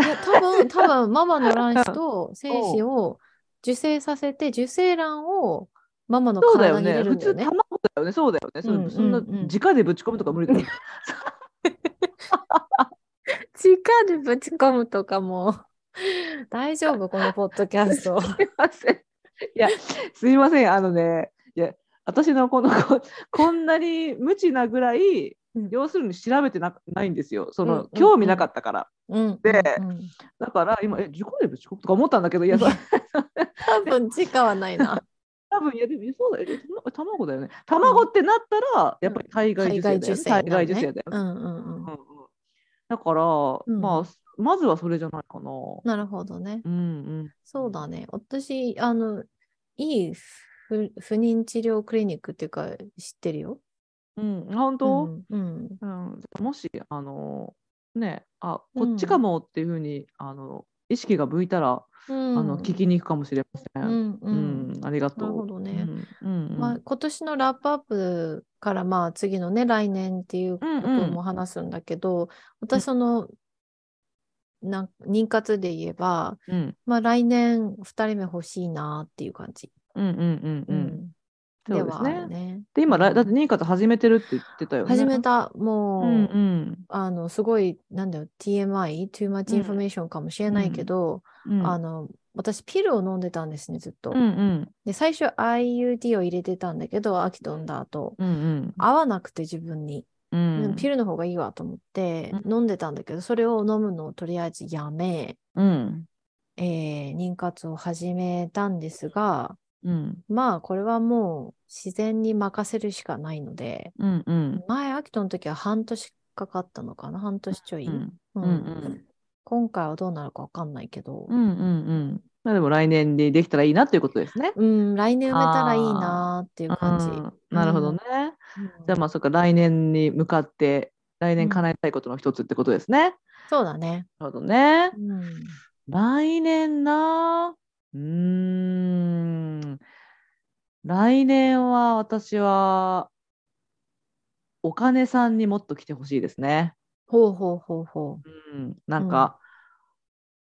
S2: いや多 分多分ママの卵子 と精子を受精させて受精卵をママの
S1: そうだよ
S2: 体に入
S1: ね
S2: れる
S1: 普
S2: んだよ
S1: 通
S2: ね。
S1: 卵だよねそうだよね、そ
S2: うん
S1: そんな
S2: うんうん
S1: 直でぶち込むとか無理だよね
S2: 時間でぶち込むとかも 大丈夫このポッドキャスト。
S1: すいません。いや、すいません。あのね、いや、私のこのこ、こんなに無知なぐらい
S2: うん、
S1: 要するに調べてなないんですよ。そ
S2: うんうん
S1: の
S2: う、ん
S1: 興味なかったから。
S2: うん、
S1: で
S2: うんうん
S1: だから、今、え、自己でぶち込むとか思ったんだけど、いや、それ
S2: 多分時間はないな。
S1: 多分、いや、でも、いやそうだよ。えそんなえ卵だよね。卵ってなったら、やっぱり体外
S2: 海
S1: 受精だよね
S2: 外受精、。
S1: 体外受精だよ
S2: う
S1: ね。
S2: んうんうん。
S1: うんうんだから、
S2: ん
S1: まあ、まずはそれじゃないかな。
S2: なるほどね。
S1: うん
S2: そうだね。私、あの、いい不不妊治療クリニックっていうか知ってるよ。
S1: うん。うん、本当、
S2: うんうん、
S1: うん、もしあのねあ
S2: う
S1: こ
S2: ん
S1: っちかもっていうふうに、あの意識が向いたら、
S2: うん。
S1: あの聞きに行くかもしれませ。
S2: うんんう。
S1: うんんありがとう。
S2: なるほどね。
S1: うんうんうん
S2: まあ、今年のラップアップからまあ次のね来年っていうこと
S1: うんうん
S2: も話すんだけど、私そのなん妊活で言えば、
S1: うん
S2: まあ、来年2人目欲しいなっていう感じ、
S1: うんうんうんうん。そ
S2: で
S1: うです
S2: はある
S1: ね。
S2: ね。
S1: で今
S2: う
S1: ら
S2: ん
S1: だってニーカと始めてるって言ってたよね。
S2: 始め。たもう、
S1: うんうん
S2: あのすごいなんだよ TMI too much information かもしれないけど、
S1: うん。
S2: あの私ピルを飲んでたんですねずっと。
S1: うんうん
S2: で最初 IUD を入れてたんだけど飽きとんだ後、
S1: うん
S2: 合わなくて自分に。
S1: うんうん。
S2: ピルの方がいいわと思って
S1: う
S2: 飲んでたんだけど、それを飲むのをとりあえずやめ、
S1: うん
S2: えー妊活を始めたんですが、
S1: うん
S2: まあこれはもう自然に任せるしかないので、
S1: うんうん
S2: 前、アキトの時は半年かかったのかな、半年ちょい。
S1: うん
S2: うん
S1: うんうん
S2: 今回はどうなるかわかんないけど、
S1: うんうん。まあでも来年でできたらいいなということですね。
S2: うん、来年埋めたらいいなーっていう感じ。
S1: うんなるほどね。
S2: うん
S1: じゃあまあそっか来年に向かって来年叶えたいことの一つってことですね。
S2: そうだね。
S1: なるほどね。
S2: うん
S1: 来年な。うーん。来年は私はお金さんにもっと来てほしいですね。
S2: ほうほうほうほ
S1: うん、なんか、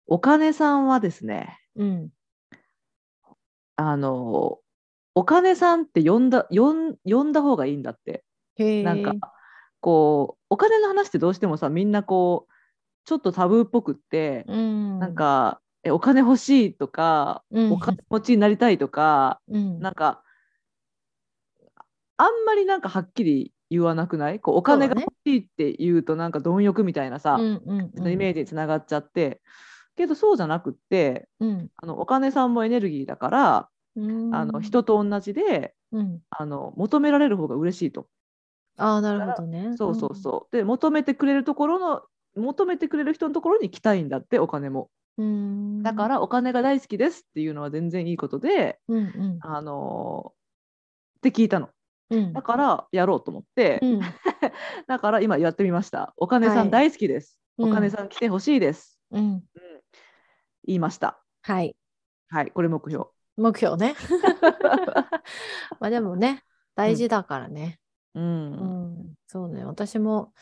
S1: お金さんはですね、
S2: う。うん。
S1: あのお金さんって呼んだ呼ん呼んだ方がいいんだって。
S2: へえ。
S1: なんかこうお金の話ってどうしてもさみんなこうちょっとタブーっぽくって、
S2: うん、
S1: なんかえお金欲しいとか、
S2: うん、
S1: お金持ちになりたいとか、
S2: うん、
S1: なんかあんまりなんかはっきり言わなくないこうお金
S2: そ
S1: が
S2: うだね
S1: 欲しいって言うとなんか貪欲みたいなさ、
S2: うんうんうん
S1: イメージにつながっちゃってけどそうじゃなくって
S2: うん
S1: あのお金さんもエネルギーだから、
S2: うん
S1: あの人と同じで
S2: うん、
S1: あの求められる方が嬉しいと。
S2: ああなるほどね。
S1: そうそうそう。で求めてくれるところの求めてくれる人のところに来たいんだってお金も
S2: うん
S1: だからお金が大好きですっていうのは全然いいことで、
S2: うんうん
S1: あのーって聞いたの
S2: うん
S1: だからやろうと思って、
S2: うん
S1: だから今やってみましたお金さ
S2: はい
S1: ん大好きです、
S2: うん
S1: お金さん来てほしいです、
S2: うん
S1: 言いました
S2: はい
S1: はいこれ目標
S2: 目標 ねまあでもね大事だからね、
S1: う、
S2: うんんそうね私も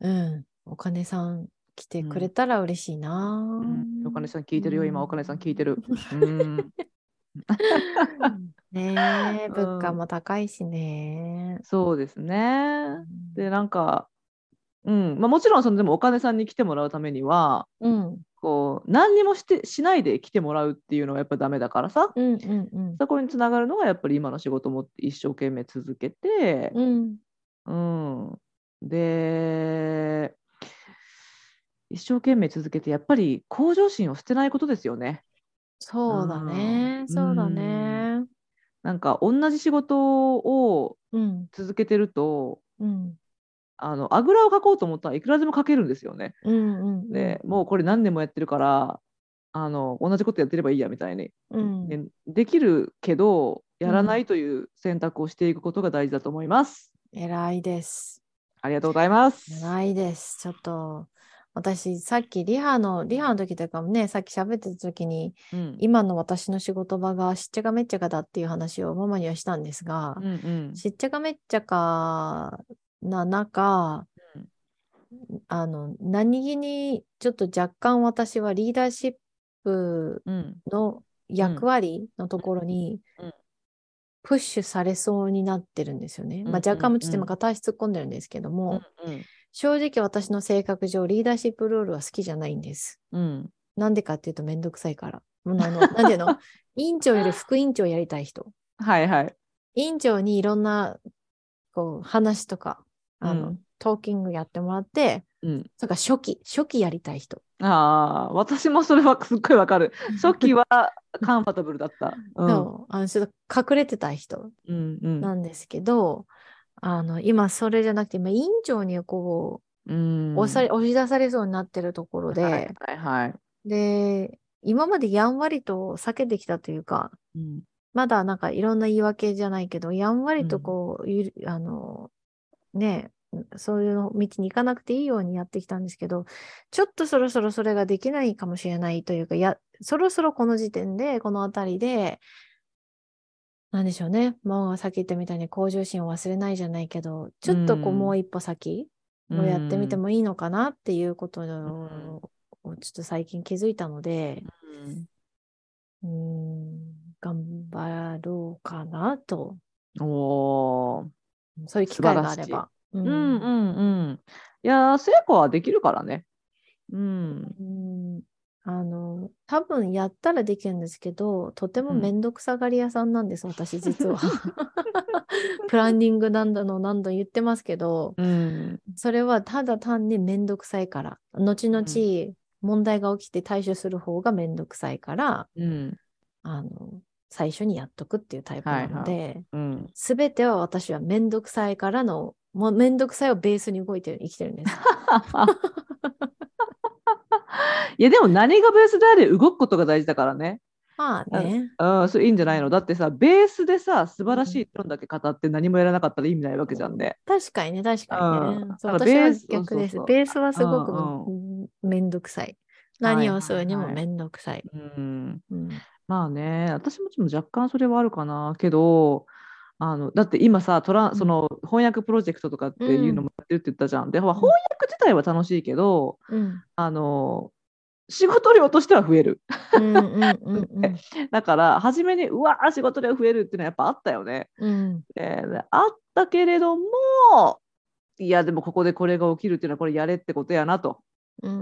S2: うんお金さん来てくれたら嬉しいな、
S1: うんお金さん聞いてるよ、今お金さん聞いて
S2: る
S1: る。うん、
S2: ね え
S1: うん
S2: 物価も高いしね、
S1: そうですね。
S2: う
S1: で、なんか、うん、まあ、もちろん、その、でも、お金さんに来てもらうためには。
S2: ん
S1: こう、何にもして、しないで来てもらうっていうのは、やっぱダメだからさ。
S2: うんうんうん
S1: そこにつながるのが、やっぱり今の仕事も一生懸命続けて。
S2: うん
S1: うん、で。一生懸命続けて、やっぱり向上心を捨てないことですよね。
S2: そうだね
S1: あー
S2: そうだね
S1: なんか同じ仕事を
S2: うん
S1: 続けてると
S2: うん
S1: あのあぐらをかこうと思ったらいくらでもかけるんですよね。
S2: うんうん
S1: でもうこれ何年もやってるからあの同じことやってればいいやみたいに、
S2: うん
S1: でできるけどやらないという選択をしていくことが大事だと思います。
S2: 偉いです
S1: ありがとうございます。
S2: 偉いですちょっと私さっきリハのリハの時というかねさっき喋ってた時に
S1: うん
S2: 今の私の仕事場がしっちゃかめっちゃかだっていう話をママにはしたんですが、
S1: うんうん
S2: しっちゃかめっちゃかな中、
S1: うん
S2: あの何気にちょっと若干私はリーダーシップ
S1: うん
S2: の役割のところに
S1: うん
S2: プッシュされそうになってるんですよね。まあ、
S1: うん
S2: 若干もちょっと
S1: うん
S2: 今片足突っ込んでるんですけども、
S1: うん
S2: 正直私の性格上リーダーシップルールは好きじゃないんです。
S1: うん
S2: なんでかっていうとめんどくさいから。もうあのなんていう の委員長より副委員長やりたい人。
S1: はいはい。
S2: 委員長にいろんなこう話とかあの、
S1: う
S2: トーキングやってもらって
S1: うん、
S2: それから初期初期やりたい人
S1: ああ私もそれはすっごいわかる。初期はカンファタブルだった。うん
S2: そうあのちょっと隠れてた人
S1: うんうん
S2: なんですけど、あの今それじゃなくて今委員長にこ
S1: うん
S2: う押され、押し出されそうになってるところで、
S1: はいはいはい。
S2: で今までやんわりと避けてきたというか
S1: うん
S2: まだなんかいろんな言い訳じゃないけど、やんわりと
S1: うん
S2: こう、ゆるあの、ねえ、そういうの道に行かなくていいようにやってきたんですけど、ちょっとそろそろそれができないかもしれないというか、や、そろそろこの時点で、このあたりで、なんでしょうね。もうさっき言ったみたいに向上心を忘れないじゃないけど、ちょっとこう
S1: うん
S2: もう一歩先をやってみてもいいのかなっていうことををちょっと最近気づいたので、
S1: うん
S2: うーん頑張ろうかなと、
S1: おー
S2: そういう機会があれば。う
S1: うんんうんうん。いやー、成功はできるからね。うん。
S2: うんあの多分やったらできるんですけどとても面倒くさがり屋さんなんです、私実 はプランニングなんだの何度言ってますけど
S1: うん。
S2: それはただ単に面倒くさいから後々問題が起きて対処する方が面倒くさいから
S1: うん。
S2: あの最初にやっとくっていうタイプなので、
S1: うん。
S2: すべては私はめんどくさいからの、もうめんどくさいをベースに動いてる、生きてる んです。
S1: いや、でも何がベースであれ動くことが大事だからね。
S2: まあね。
S1: うん、それいいんじゃないのだってさ、ベースでさ、素晴らしい論だけ語って何もやらなかったら意味ないわけじゃんね。
S2: 確かにね、確かにね
S1: う。ん
S2: そう
S1: だから
S2: 私は
S1: ベースそ
S2: 逆です
S1: うそうそう。
S2: ベースはすごく
S1: うん
S2: うんめんどくさい。何をするにも
S1: はいはいは
S2: めんどくさい。
S1: うん。
S2: うん
S1: まあね、私もちょっと若干それはあるかなけど、あのだって今さトラ
S2: う
S1: ン、
S2: ん
S1: その翻訳プロジェクトとかっていうのもやってるって言ったじゃん。で、まあ
S2: ん
S1: 翻訳自体は楽しいけど、
S2: うん
S1: あの仕事量としては増える。
S2: うんうんうんうん
S1: だから、初めに、うわー、仕事量増えるっていうのはやっぱあったよね。
S2: うん
S1: であったけれども、いや、でもここでこれが起きるっていうのは、これやれってことやなと、
S2: う
S1: うん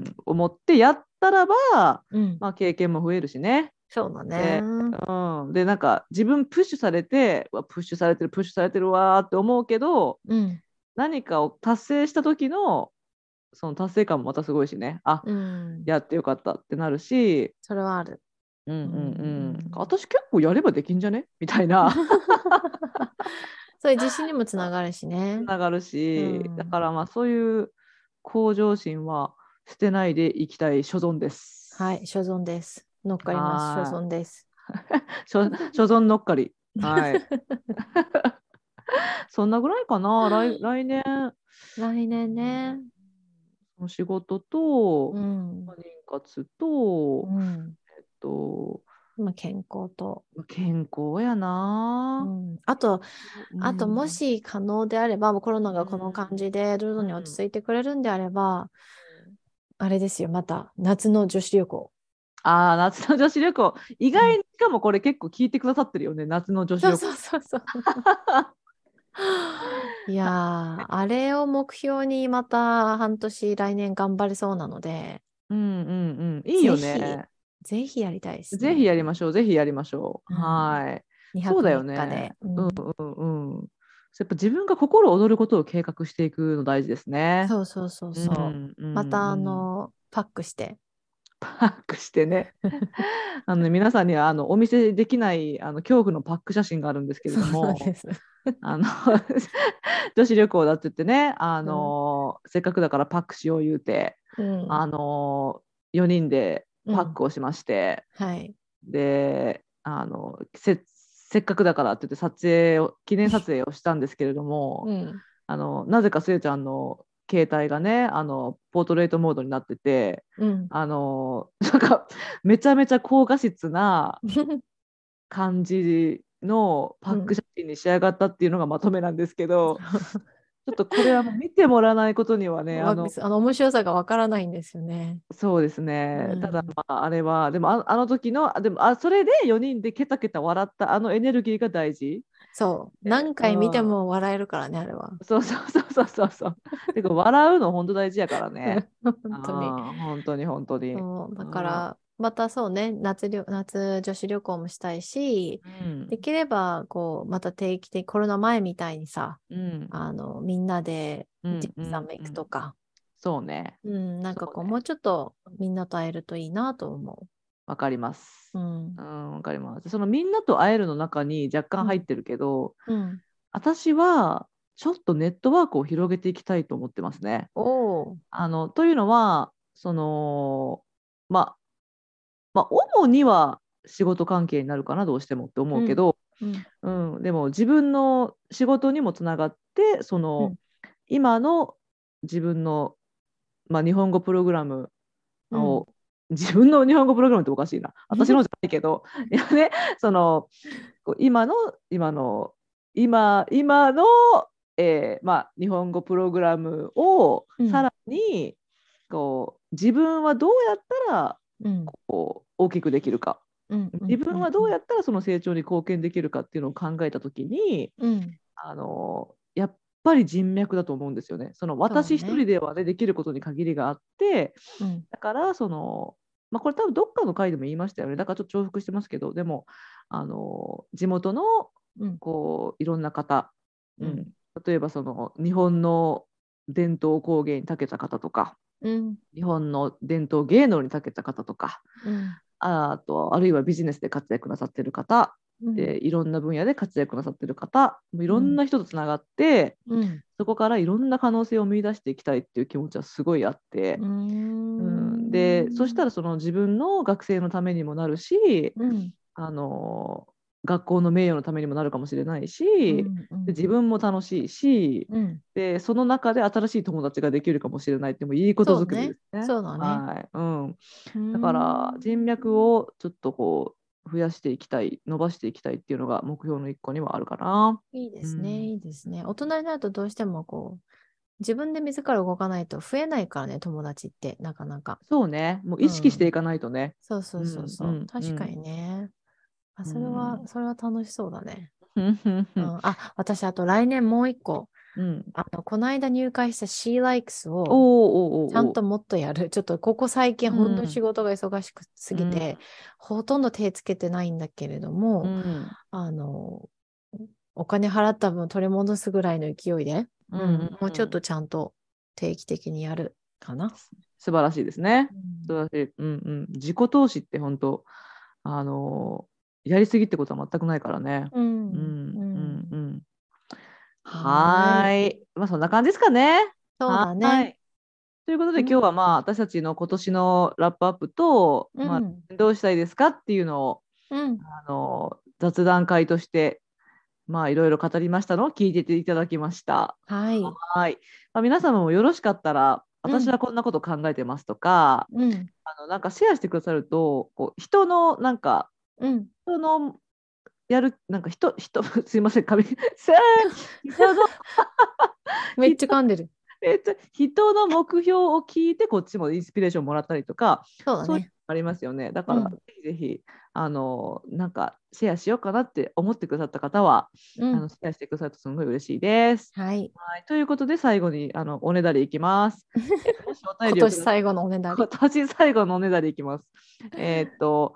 S1: ん、思ってやったらば、
S2: うん
S1: まあ、経験も増えるしね。
S2: そうだね。
S1: うん、でなんか自分プッシュされてうわプッシュされてるプッシュされてるわーって思うけど
S2: うん
S1: 何かを達成した時のその達成感もまたすごいしねあ
S2: うん
S1: やってよかったってなるし、
S2: それはある。
S1: うんうんうん
S2: うん
S1: 私結構やればできんじゃねみたいな
S2: そういう自信にもつながるしね
S1: つ。ながるし、
S2: うん
S1: だからまあそういう向上心は捨てないでいきたい所存です。
S2: はい、所存です。乗っかります。所
S1: は
S2: 存です。
S1: 所所存乗っかり。はい。 そんなぐらいかな。来来年
S2: 来年ね。
S1: その仕事と、
S2: うん。
S1: 妊活と、えっ
S2: うん。
S1: と
S2: まあ、健康と、
S1: 健康や
S2: う
S1: な。
S2: ん、あと、あと
S1: うん
S2: もし可能であれば、もうコロナがこの感じで徐々に落ち着いてくれるんであれば、あれですよ、また夏の女子旅行。
S1: ああ夏の女子旅行意外にしかもこれ結構聞いてくださってるよね夏の女子
S2: そう
S1: 旅行。
S2: そうそう そう。いやー、あれを目標にまた半年来年頑張れそうなので、
S1: うんうんうんいいよね。
S2: ぜひやりたいです、
S1: ぜひやりましょうぜひやりましょう。
S2: うん
S1: はい。
S2: り
S1: そうだよね
S2: で。うん
S1: うんうん。そうやっぱ自分が心躍ることを計画していくの大事ですね。
S2: そうそうそうそう。
S1: んうん
S2: またあ
S1: うん
S2: の、パックして。
S1: パックして ねあのね皆さんにはあのお見せできないあの恐怖のパック写真があるんですけれど
S2: そう
S1: も
S2: です。
S1: あの 女子旅行だって言ってねあの、せっかくだからパックしよう言うて、
S2: うん
S1: あの4人でパックをしまして、
S2: はい。
S1: であのせせっかくだからって言って撮影を記念撮影をしたんですけれども、
S2: うん。
S1: あのなぜかすえちゃんの携帯がねあのポートレートモードになってて。
S2: うん。
S1: あの ーなんかめちゃめちゃ高画質な感じのパック写真に仕上がったっていうのがまとめなんですけど、ちょっとこれはもう見てもらわないことにはね
S2: わ
S1: あの
S2: あの面白さがわからないんですよね。
S1: そうですね、
S2: うん
S1: ただまああれはでもああ の時のあでもあそれで4人でケタケタ笑ったあのエネルギーが大事
S2: そう。
S1: ね
S2: 何回見ても笑えるからね、あれは。
S1: そうそうそうそうそうそう てか笑うの本当大事やから ね
S2: 本当に。
S1: あー本当に本当に、う
S2: そうだから、またそうね、夏旅夏女子旅行もしたいし、
S1: ん
S2: できれば、こう、また定期的、コロナ前みたいにさ、
S1: うん、
S2: あの、みんなで、
S1: うん
S2: ジムさんも行くとか、
S1: そうね
S2: うん、なんかこ
S1: そう
S2: う、
S1: ね
S2: もうちょっとみんなと会えるといいなと思
S1: わかります
S2: う。うん
S1: う。ん、わかります。そのみんなと会えるの中に若干入ってるけど、
S2: うん、
S1: 私はちょっとネットワークを広げていきたいと思ってますね。
S2: おー
S1: あのというのはそのまあまあ主には仕事関係になるかなどうしてもって思うけど、
S2: うん
S1: うんでも自分の仕事にもつながってその、
S2: うん
S1: 今の自分の、まあ、日本語プログラムを、自分の日本語プログラムっておかしいな私のじゃないけど いやねそのこう今の今の今今の、えーまあ、日本語プログラムを
S2: うん
S1: さらに、こう自分はどうやったら
S2: うん
S1: こう大きくできるか
S2: うん
S1: 自分はどうや
S2: っ
S1: ったらその成長に貢献できるかっていうのを考えた時に
S2: うん
S1: あのやっぱり人脈だと思うんですよね。その私一
S2: そうね
S1: 人では、ね、できることに限りがあって、
S2: うん
S1: だからその、まあ、これ多分どっかの回でも言いましたよねだからちょっと重複してますけどでもあの地元の
S2: うん
S1: こういろんな方、
S2: う
S1: うんん例えばその日本の伝統工芸に長けた方とか
S2: うん
S1: 日本の伝統芸能に長けた方とか
S2: うん
S1: ああとあるいはビジネスで活躍なさってる方
S2: うん
S1: でいろんな分野で活躍なさってる方もういろんな人とつながって、
S2: うん
S1: そこからいろんな可能性を見出していきたいっていう気持ちはすごいあって。
S2: う
S1: うん
S2: ん
S1: でそしたらその自分の学生のためにもなるし、
S2: うん
S1: あの学校の名誉のためにもなるかもしれないし、
S2: うん
S1: で自分も楽しいし
S2: うん
S1: でその中で新しい友達ができるかもしれないってもういいことづくりですね。
S2: そうだね
S1: はいうん、
S2: うん
S1: だから人脈をちょっとこう増やしていきたい伸ばしていきたいっていうのが目標の一個にはあるかな。
S2: いいです
S1: うん
S2: ねいいですね大人になるとどうしてもこう自分で自ら動かないと増えないからね友達ってなかなか
S1: そうねもう意識していかないとね。
S2: そうそうそうそ
S1: うんうんう
S2: うん確かにねあそれ
S1: う
S2: は
S1: ん
S2: それは楽しそうだね
S1: うんうん
S2: う
S1: うんん
S2: あ私あと来年もう一個
S1: うん
S2: あのこの間入会した She Likes
S1: おー
S2: を
S1: おーおーおー
S2: ちゃんともっとやる。ちょっ とここ最近本当
S1: うん
S2: に仕事が忙しくすぎて、ほとんど手つけてないんだけれども、
S1: うん
S2: あのお金払った分取り戻すぐらいの勢いで、
S1: うん
S2: うんもうちょっ
S1: と
S2: とちゃんと定期的にやるかな。
S1: 素晴らしいですね。素晴らしい。うんうん。自己投資って本当あのーやりすぎってことは全くないからね。
S2: うん
S1: うんうん
S2: うん
S1: うん。
S2: は
S1: は
S2: ー
S1: ーい。まあそんな感じですかね。
S2: そうだね。
S1: はーいということで、
S2: うん
S1: 今日はまあ私たちの今年のラップアップと、
S2: うん
S1: まあ、どうしたいですかっていうのを
S2: うん、
S1: あの雑談会としてまあいろいろ語りましたのを聞いていただきました。
S2: はい、
S1: はい、まあ、皆様もよろしかったら
S2: うん
S1: 私はこんなこと考えてますとか、
S2: うん、
S1: あのなんかシェアしてくださるとこう人のなんか
S2: うん、
S1: 人のやるなんか人人 すいません髪せー人の
S2: めっちゃ噛んでる。
S1: えっと人の目標を聞いてこっちもインスピレーションもらったりとか
S2: そうだ
S1: そういう
S2: ね。
S1: ありますよねだから、
S2: うん
S1: ぜひぜひあのなんかシェアしようかなって思ってくださった方は、
S2: う
S1: あの
S2: ん、
S1: シェアしてくださるとすごい嬉しいです。
S2: はい、
S1: はい、ということで最後にあのおねだりいき ます。えっともしお便
S2: 今
S1: りを
S2: 年
S1: くだ
S2: 最後のおねだり
S1: 今。年最後のおねだりいきます。えーっと、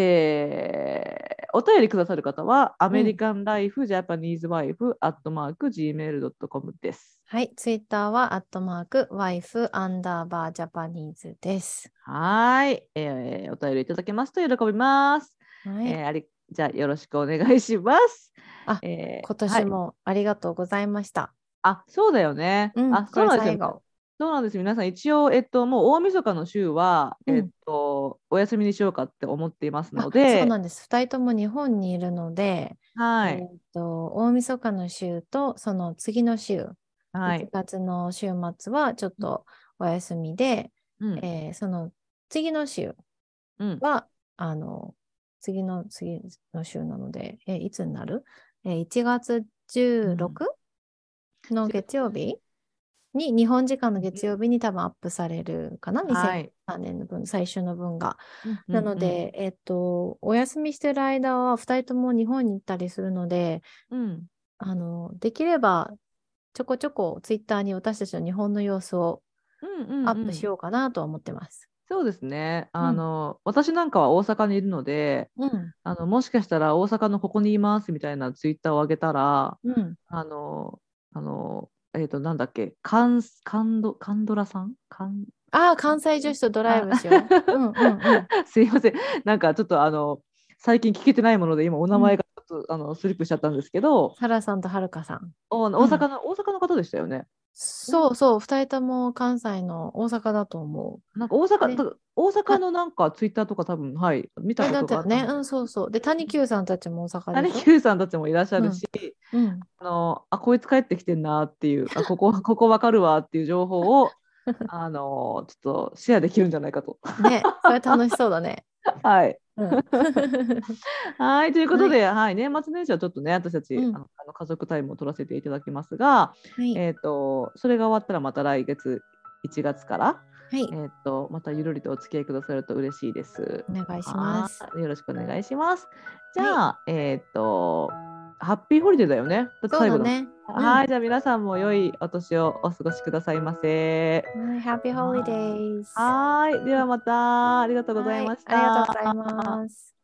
S1: えーお便りくださる方は、アメリカンライフジャパニーズワイフアットマーク Gmail.com です。
S2: はい、ツイッターはアットマークワイフアンダーバージャパニーズです。
S1: はーい、えーお便りいただけますと喜びます。
S2: はい、
S1: えーありじゃあよろしくお願いします。
S2: あ
S1: えー
S2: 今
S1: は
S2: 年
S1: い
S2: もありがとうございました。
S1: あ、そうだよね。
S2: うん、
S1: あ、
S2: こ
S1: そう
S2: れ
S1: なんです
S2: 最
S1: よ。
S2: 後。
S1: そうなんです。皆さん、一応、えっと、もう大晦日の週は、
S2: うん
S1: えっと、お休みにしようかって思っています
S2: あ
S1: の
S2: そ
S1: で
S2: う。なんです。二人とも日本にいるので、
S1: は
S2: え
S1: い。
S2: っと大晦日の週とその次の週、
S1: はい
S2: 1。月の週末はちょっとお休みで、
S1: うん
S2: えーその次の週
S1: うん。
S2: はあの次の次の週なので、えーいつになる、えー ?1 月16、の月曜日に日本時間の月曜日に多分アップされるかな、
S1: はい。
S2: 2003年の分、最終の分が。
S1: うん
S2: なの、で、えっと、お休みしてる間は2人とも日本に行ったりするので、
S1: うんうん
S2: あの、できればちょこちょこツイッターに私たちの日本の様子を
S1: うんうんうん
S2: アップしようかなとは思ってます。
S1: そうですね。あの、私なんかは大阪にいるので、
S2: うん。
S1: あのもしかしたら大阪のここにいますみたいなツイッターを上げたら、
S2: うん。
S1: あのあのえっ、となんだっけ、カンカンドカンドラさん、 カン
S2: ああ、関西女子とドライブしよう。うんうんうん。
S1: すいません。なんかちょっとあの最近聞けてないもので今お名前がちょっと、あのスリップしちゃったんですけど、
S2: サラさんとはるかさん。
S1: お大阪の、大阪の方でしたよね。
S2: そうそう、2人とも関西の大阪だと思う。
S1: なんか大阪、
S2: ね
S1: と大阪のなんかツイッターとか多分はい見た
S2: え
S1: こ
S2: だっ
S1: と
S2: て
S1: があった
S2: ね、うんん、そうそう。で、谷久さんたちも大阪
S1: で
S2: で
S1: あれ
S2: し
S1: Q さんたちもいらっしゃるし、
S2: ょ。うん、
S1: あのあこいつ帰ってきてんなっていうあこ こここわかるわっていう情報 をあのちょっとシェアできるんじゃないかと。
S2: ね、それ楽しそうだね。
S1: はい、
S2: うん
S1: はいということで、はい年末年始はちょっとね私たち、
S2: うん
S1: あのあの家族タイムを取らせていただきますが、
S2: はい、
S1: えー、とそれが終わったらまた来月1月から、
S2: はい
S1: え、ー、とまたゆるりとお付き合いくださると嬉しいです。
S2: お願いします。
S1: はいよろしくお願いします。じゃあ、えっ、と、ハッピーホリデーだよね。だって
S2: そう
S1: 最後
S2: だ
S1: だもん。
S2: ね。うん
S1: はい、じゃあ皆さんも良いお年をお過ごしくださいませ。
S2: はい、Happy Holidays。
S1: はい、ではまたありがとうございました。
S2: はいありがとうございます。